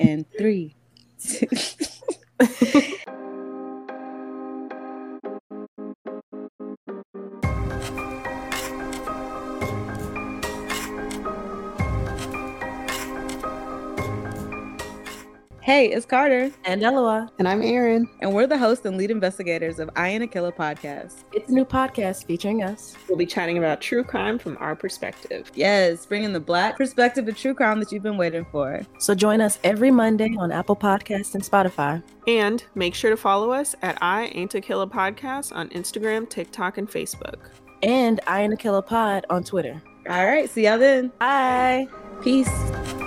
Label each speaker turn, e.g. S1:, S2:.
S1: and three. Hey, it's Carter,
S2: And Eloa.
S3: And I'm Erin.
S1: and we're the hosts and lead investigators of I and Akilla podcast.
S2: It's a new podcast featuring us.
S3: We'll be chatting about true crime from our perspective.
S1: Yes, bringing the black perspective of true crime that you've been waiting for.
S2: So join us every Monday on Apple Podcasts and Spotify.
S3: And make sure to follow us at I Ain't a Killer Podcast on Instagram, TikTok, and Facebook.
S2: And I and Akilla Pod on Twitter.
S1: All right, see y'all then.
S2: Bye.
S1: Peace.